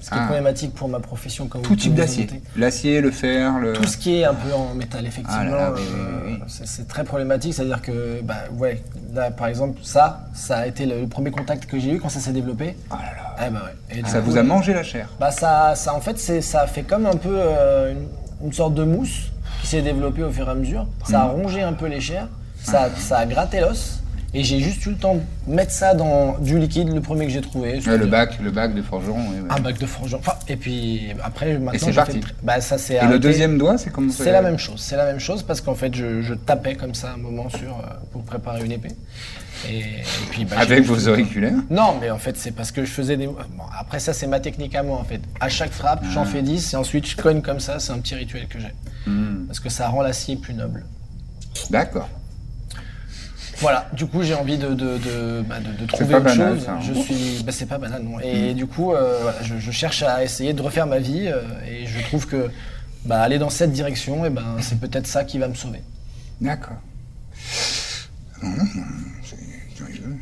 ce qui Ah. est problématique pour ma profession. Comme Tout type comme vous d'acier. en doutez. L'acier, le fer, le... Tout ce qui est un peu en métal, effectivement, Ah là là, oui, euh, oui, oui, oui. c'est- c'est très problématique. C'est-à-dire que, bah, ouais, là, par exemple, ça, ça a été le, le premier contact que j'ai eu quand ça s'est développé. Ah Eh ben ouais. Et du Ça coup, vous a mangé la chair. bah ça, ça en fait, c'est, ça fait comme un peu euh, une, une sorte de mousse qui s'est développée au fur et à mesure. Ça a Mhm. rongé un peu les chairs, ça, a- ça a gratté l'os. Et j'ai juste eu le temps de mettre ça dans du liquide, le premier que j'ai trouvé. Ouais, le bac, le bac de forgeron. oui, oui. Un bac de forgeron. Enfin, et puis après, maintenant. c'est j'ai parti. fait- Bah, ça, c'est Et le arrêté. deuxième doigt, c'est comment ça- C'est la même chose. C'est la même chose parce qu'en fait, je, je tapais comme ça un moment sur euh, pour préparer une épée. Et, et puis, bah, Avec j'ai- vos auriculaires non, mais en fait, c'est parce que je faisais des. Bon, après, ça, c'est ma technique à moi, en fait. À chaque frappe, j'en Mm. fais 10 et ensuite je cogne comme ça, c'est un petit rituel que j'ai. Hmm. Parce que ça rend l'acier plus noble. D'accord. Voilà, du coup, j'ai envie de, de, de, bah, de- de trouver pas autre banal, chose. ça, hein. Mm. Je suis. bah, c'est pas banal, non. Et du coup, euh, voilà, je, je cherche à essayer de refaire ma vie euh, et je trouve que bah, aller dans cette direction, et ben, c'est peut-être ça qui va me sauver. D'accord. Hmm, C'est curieux.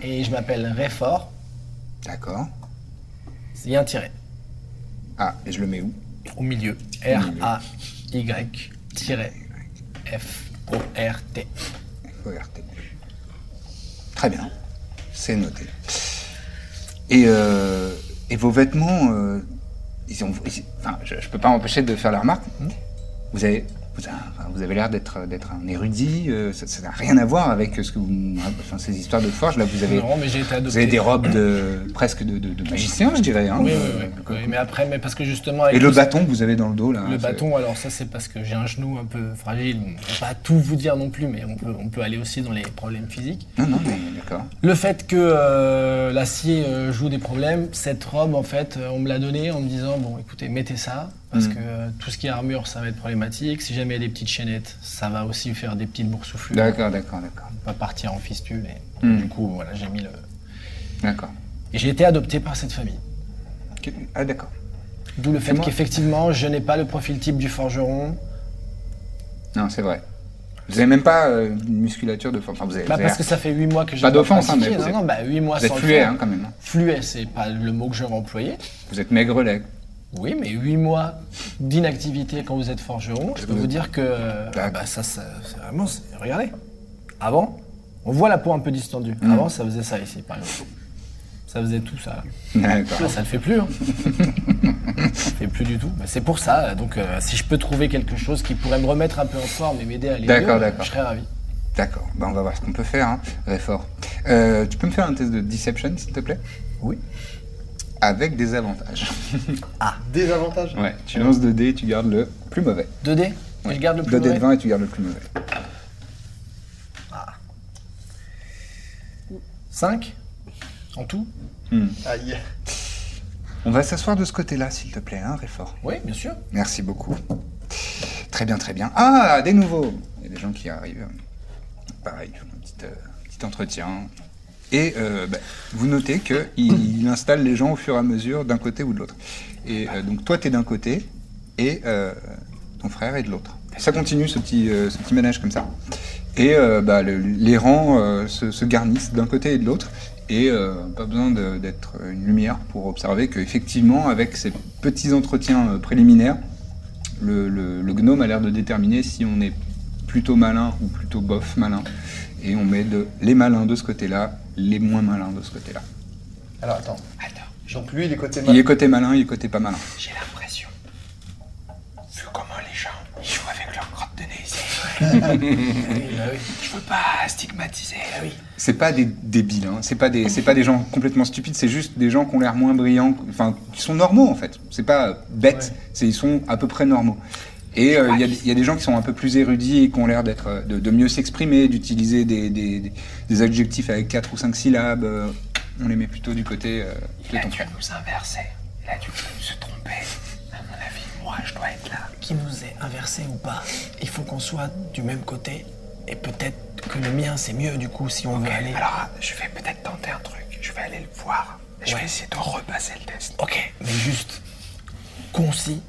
Et je m'appelle Réfort, D'accord. il y a un tiret. Ah, et je le mets où Au milieu. R-A-Y-F-O-R-T. ORT. E Très bien. C'est noté. Et, euh, et vos vêtements, euh, ils ont, ils- enfin, je, je peux pas m'empêcher de faire la remarque. Mmh. Vous avez, vous avez, enfin, vous avez l'air d'être, d'être un érudit. euh, ça ça n'a rien à voir avec ce que vous, me- enfin, ces histoires de forge. Là, vous avez, Non, mais j'ai été adopté. vous avez des robes de presque de, de- de magicien, je dirais. hein, Oui, euh, oui, oui. comme- Oui, mais après, mais parce que justement. Et avec le tout- bâton que vous avez dans le dos là. Le c'est- bâton, alors ça, c'est parce que j'ai un genou un peu fragile. On peut pas tout vous dire non plus, mais on peut, on peut aller aussi dans les problèmes physiques. Non, non, Ah, mais d'accord. Le fait que euh, l'acier euh, joue des problèmes, cette robe, en fait, euh, on me l'a donnée en me disant bon, écoutez, mettez ça, parce Mm. que euh, tout ce qui est armure, ça va être problématique. Si jamais il y a des petites chaînettes, ça va aussi faire des petites boursouflures. D'accord, d'accord, d'accord, Pas partir en fistule. Et Hmm. du coup, voilà, j'ai mis le. d'accord. Et j'ai été adopté par cette famille. Ok. Ah d'accord. D'où le fait Comment- qu'effectivement, je n'ai pas le profil type du forgeron. Non, c'est vrai. Vous n'avez même pas euh, une musculature de forme. Enfin, Ah, vous avez, Bah, vous avez- parce que ça fait 8 mois que j'ai Pas d'offense, hein, pratiqué. mais vous non, êtes- non, bah 8 mois vous êtes sans le fluet faire. hein, quand même. hein. Fluet, c'est pas le mot que j'aurais employé. Vous êtes maigre lait. Oui, mais 8 mois d'inactivité quand vous êtes forgeron, je peux vous dire que euh, D'accord. bah, ça, ça c'est vraiment. c'est- Regardez. Avant, on voit la peau un peu distendue. Hum. Avant, ça faisait ça ici, par exemple. Ça faisait tout ça. là. hein. D'accord. Ça, ça le fait plus. hein. ça le fait plus du tout. Bah, c'est pour ça. Donc, euh, si je peux trouver quelque chose qui pourrait me remettre un peu en forme et m'aider à aller D'accord, mieux, d'accord. je serais ravi. D'accord. Ben, on va voir ce qu'on peut faire. Hein. Réfort. Euh, tu peux me faire un test de deception, s'il te plaît Oui. Avec des avantages. Des avantages. Ouais. Tu lances 2 dés, tu gardes le plus mauvais. 2D Et Ouais. Je garde le plus Deux dés de mauvais 20 et tu gardes le plus mauvais. 5 en tout Aïe. On va s'asseoir de ce côté-là, s'il te plaît, hein, Réfort. Oui, bien sûr. Merci beaucoup. Très bien, très bien. Ah, des nouveaux Il y a des gens qui arrivent. Pareil, ils font un petit, euh, un petit entretien. Et euh, bah, vous notez qu'il il installe les gens au fur et à mesure d'un côté ou de l'autre. Et euh, donc toi, tu es d'un côté et euh, ton frère est de l'autre. Ça continue ce petit, euh, ce petit ménage comme ça. Et euh, bah, le- les rangs euh, se, se garnissent d'un côté et de l'autre. Et euh, pas besoin de- d'être une lumière pour observer qu'effectivement, avec ces petits entretiens euh, préliminaires, le, le- le gnome a l'air de déterminer si on est plutôt malin ou plutôt bof malin. Et on met de, les malins de ce côté-là, les moins malins de ce côté-là. Alors attends. Attends. Donc lui, il est côté Il mal. est côté malin, il est côté pas malin. J'ai l'impression. Vu comment les gens ils jouent avec leur crotte de nez ici, euh, je veux pas stigmatiser. C'est pas des débiles, hein. c'est pas des, c'est pas des gens complètement stupides, c'est juste des gens qui ont l'air moins brillants, enfin qui sont normaux en fait. C'est pas euh, bêtes, c'est ils sont à peu près normaux. Et euh, il y, a des- il y a des gens qui sont un peu plus érudits et qui ont l'air d'être, euh, de, de mieux s'exprimer, d'utiliser des, des- des- des adjectifs avec 4 ou 5 syllabes. euh, on les met plutôt du côté euh, de ton frère. nous inverser. Il a dû se tromper. À mon avis, moi, je dois être là. Qui nous est inversé ou pas, il faut qu'on soit du même côté. Et peut-être que le mien, c'est mieux du coup si on veut aller. Alors, je vais peut-être tenter un truc. Je vais aller le voir. Je vais essayer de repasser le test. Ok, mais juste concis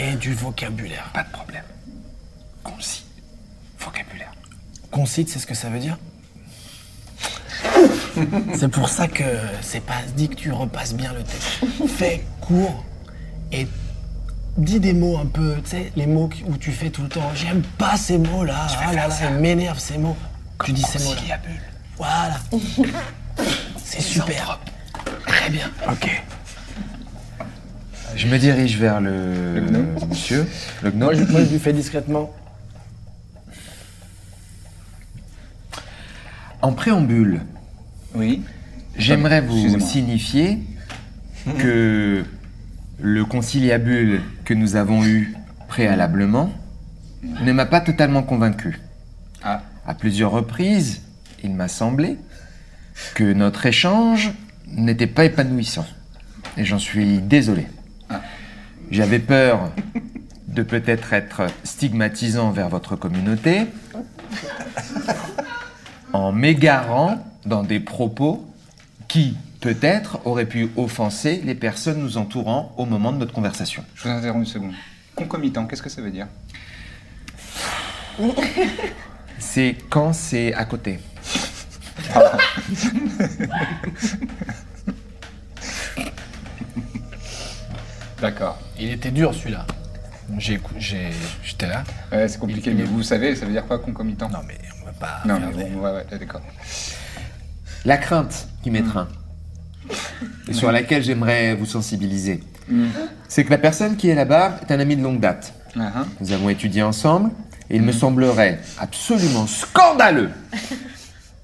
et du vocabulaire. Pas de problème. Concis. Vocabulaire. Concis, c'est ce que ça veut dire C'est pour ça que c'est pas dit que tu repasses bien le test. Fais court et dis des mots un peu, tu sais, les mots qui- où tu fais tout le temps. J'aime pas ces mots-là. Ah là là, ils m'énervent ces mots. tu dis ces mots-là. Voilà. C'est super. Très bien. Ok. Je me dirige vers le, le monsieur, le gnome. Moi je, moi, je lui fais discrètement. En préambule, Oui. j'aimerais vous Excusez-moi. signifier que le conciliabule que nous avons eu préalablement ne m'a pas totalement convaincu. Ah. À plusieurs reprises, il m'a semblé que notre échange n'était pas épanouissant. Et j'en suis désolé. Ah. J'avais peur de peut-être être stigmatisant vers votre communauté en m'égarant dans des propos qui, peut-être, auraient pu offenser les personnes nous entourant au moment de notre conversation. Je vous interromps une seconde. Concomitant, qu'est-ce que ça veut dire C'est quand c'est à côté. D'accord. Il était dur celui-là. J'ai, écou- j'ai- j'étais là. Ouais, c'est compliqué, mais vous savez, ça veut dire quoi concomitant Non mais on va pas. Non, faire mais des- bon, ouais, ouais, d'accord. La crainte qui m'étreint, et sur laquelle j'aimerais vous sensibiliser, c'est que la personne qui est là-bas est un ami de longue date. Ah, hein. Nous avons étudié ensemble, et il me semblerait absolument scandaleux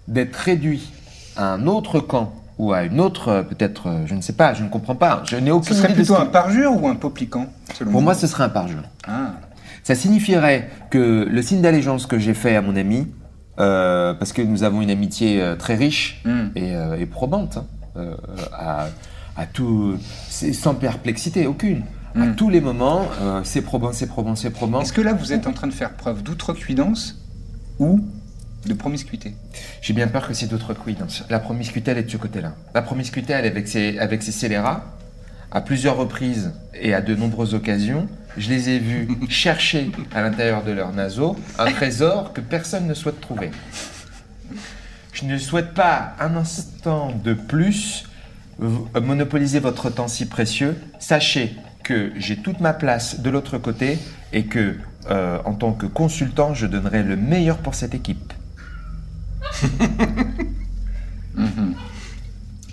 d'être réduit à un autre camp ou à une autre, euh, peut-être, euh, je ne sais pas, je ne comprends pas, je n'ai aucune Ce serait idée de ce plutôt un qui- parjure ou un popliquant, selon Pour vous moi, ce serait un parjure. Ah. Ça signifierait que le signe d'allégeance que j'ai fait à mon ami, euh, parce que nous avons une amitié euh, très riche Mm. et, euh, et probante, hein, euh, à, à tout, c'est sans perplexité aucune. À tous les moments, euh, c'est probant, c'est probant, c'est probant. Mm. Est-ce que là, vous êtes en train de faire preuve d'outrecuidance ou de promiscuité J'ai bien peur que c'est d'autres quid. La promiscuité, elle est de ce côté-là. La promiscuité, elle est avec ses, avec ses scélérats. À plusieurs reprises et à de nombreuses occasions, je les ai vus chercher à l'intérieur de leurs naseaux un trésor que personne ne souhaite trouver. Je ne souhaite pas un instant de plus vous- euh, monopoliser votre temps si précieux. Sachez que j'ai toute ma place de l'autre côté et que, euh, en tant que consultant, je donnerai le meilleur pour cette équipe.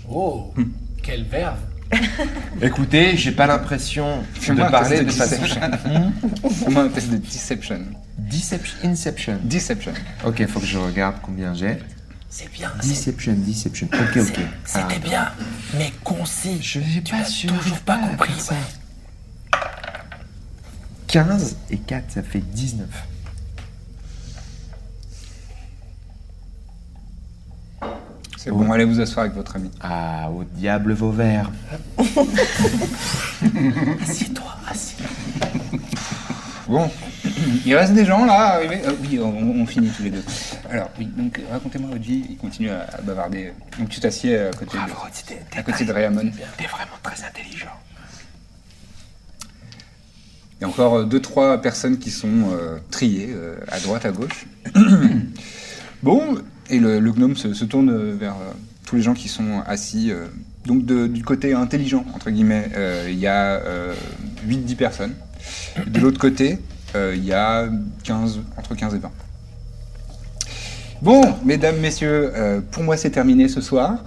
Oh, quelle verve. Écoutez, j'ai pas l'impression Fais-moi de un parler test de de façon. Fais-moi un test de deception. Deception, Inception. Deception. Ok, faut que je regarde combien j'ai. C'est bien. Ah, c'est- Deception, Deception. Ok, ok. Ah. C'était Alors, bien, mais concis. Je n'ai pas as sûr. toujours pas compris. ça. 15 et 4, ça fait 19. C'est bon, allez vous asseoir avec votre ami. Ah, au diable vos verres. Assieds-toi, assieds-toi. Bon, il reste des gens là arrivés. Ah oui, on, on finit tous les deux. Alors, oui, donc euh, racontez-moi, Oji, il continue à, à bavarder. Donc tu t'assieds euh, à côté, Bravo, de, t'es, t'es- à côté de Rayamon. t'es vraiment très intelligent. Il y a encore euh, deux, trois personnes qui sont euh, triées euh, à droite, à gauche. bon, et le, le gnome se, se tourne euh, vers euh, tous les gens qui sont assis. euh, donc de- du côté intelligent, entre guillemets, euh, il y a 8-10 personnes. De l'autre côté, euh, il y a 15, entre 15 et 20. Bon, mesdames, messieurs, euh, pour moi c'est terminé ce soir.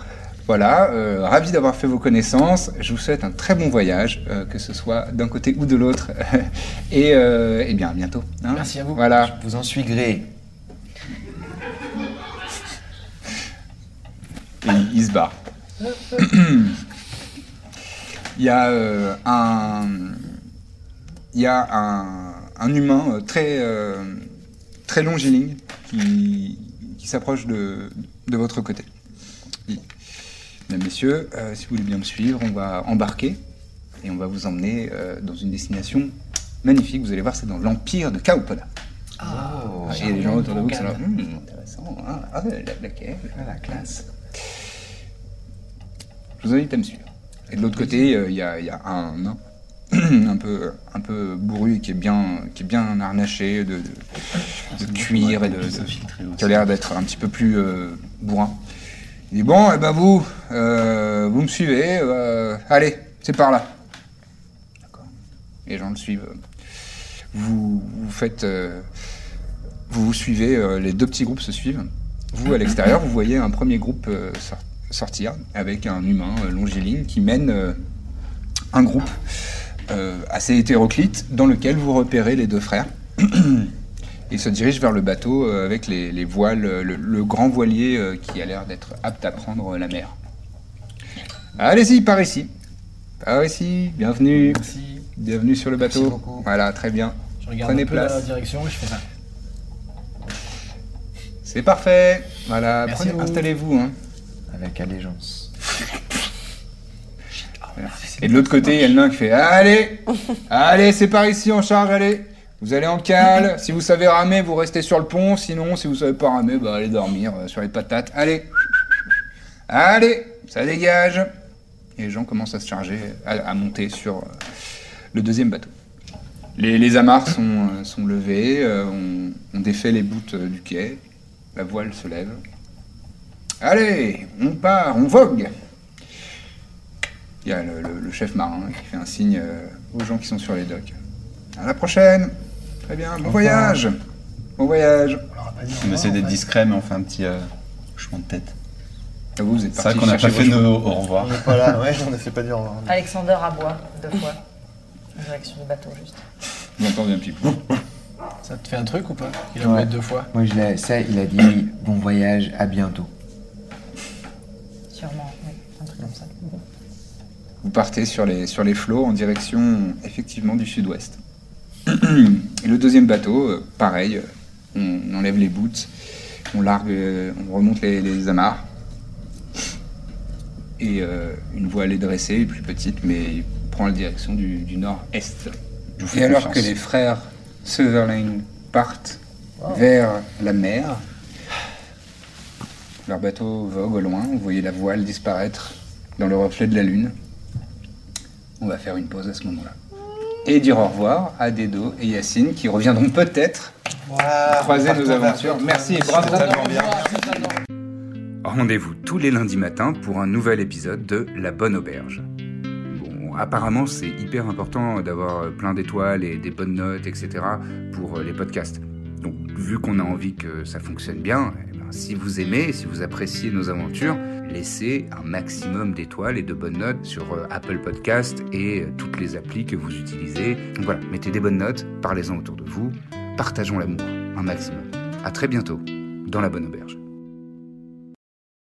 Voilà, euh, ravi d'avoir fait vos connaissances. Je vous souhaite un très bon voyage, euh, que ce soit d'un côté ou de l'autre. et, euh, eh bien, à bientôt. hein. Merci à vous. Voilà. Vous en suis gré. Et il se barre. il y a euh, un, il y a un, un humain euh, très euh, très longiligne qui, qui s'approche de, de votre côté. Il dit, Mesdames, messieurs, euh, si vous voulez bien me suivre, on va embarquer et on va vous emmener euh, dans une destination magnifique. Vous allez voir, c'est dans l'empire de Kaupona. Oh, Ah, et les gens autour de vous qui sont là, Mmh, Hum, intéressant, hein. Ah, la- laquelle, Ah, la classe. Je Je vous invite à me suivre. Et de l'autre côté, euh, il y, a- il y a un nain un peu, un peu bourru et qui est bien, qui est bien harnaché de, de- de cuir et de, de- qui a l'air d'être un petit peu plus euh, bourrin. Il dit bon, eh ben vous, euh, vous me suivez. euh, allez, c'est par là. D'accord. Les gens le suivent. Vous, vous faites, euh, vous vous suivez. euh, les deux petits groupes se suivent. Vous à l'extérieur, vous voyez un premier groupe euh, sor- sortir avec un humain euh, longiligne qui mène euh, un groupe euh, assez hétéroclite dans lequel vous repérez les deux frères. Ils se dirigent vers le bateau euh, avec les, les voiles, euh, le, le grand voilier euh, qui a l'air d'être apte à prendre euh, la mer. Allez-y, par ici. Par ici, bienvenue. Bienvenue sur le bateau. Voilà, très bien. Je regarde Prenez un peu place. la direction et je fais ça. C'est parfait. Voilà, Merci prenez- à vous. installez-vous. hein. Avec allégeance. Et de l'autre côté, il y a le nain qui fait Allez Allez, c'est par ici, on charge, allez Vous allez en cale, si vous savez ramer, vous restez sur le pont, sinon, si vous savez pas ramer, bah, allez dormir euh, sur les patates, allez Allez Ça dégage Et les gens commencent à se charger, à, à monter sur euh, le deuxième bateau. Les, les amarres sont, euh, sont levées, euh, on, on défait les bouts euh, du quai, la voile se lève. Allez, on part, on vogue il y a le, le- le chef marin qui fait un signe euh, aux gens qui sont sur les docks. À la prochaine Très bien, bon voyage Bon voyage On essaie d'être discret, mais on fait un petit euh, hochement de tête. Ah, Vous, vous êtes C'est vrai parti qu'on n'a pas chercher fait vos nos au revoir. On n'est pas là, ouais, on ne fait pas hein. dire au revoir. Alexander aboie deux fois. Direction du bateau, juste. chevaux. Vous entendez un petit coup. Ça te fait un truc ou pas Il a Ouais. deux fois. Moi, je l'ai, ça, il a dit bon voyage, à bientôt. Sûrement, oui. Un truc comme ça. Vous partez sur les, sur les flots en direction effectivement du sud-ouest. Et le deuxième bateau, euh, pareil, euh, on enlève les boots, on largue, euh, on remonte les, les amarres. Et euh, une voile est dressée, plus petite, mais il prend la direction du, du nord-est. Je vous fais Et alors confiance. que les frères Sutherland partent vers la mer, leur bateau vogue au loin, vous voyez la voile disparaître dans le reflet de la lune. On va faire une pause à ce moment-là. Et dire au revoir à Dedo et Yacine qui reviendront peut-être croiser nos aventures. Merci et bravo. Rendez-vous tous les lundis matins pour un nouvel épisode de La Bonne Auberge. Bon, apparemment, c'est hyper important d'avoir euh, plein d'étoiles et des bonnes notes, etc. pour euh, les podcasts. Donc, vu qu'on a envie que ça fonctionne bien, eh ben, si vous aimez, si vous appréciez nos aventures, laissez un maximum d'étoiles et de bonnes notes sur euh, Apple Podcast et euh, toutes les applis que vous utilisez. Donc voilà, mettez des bonnes notes, parlez-en autour de vous, partageons l'amour un maximum. À très bientôt dans la bonne auberge.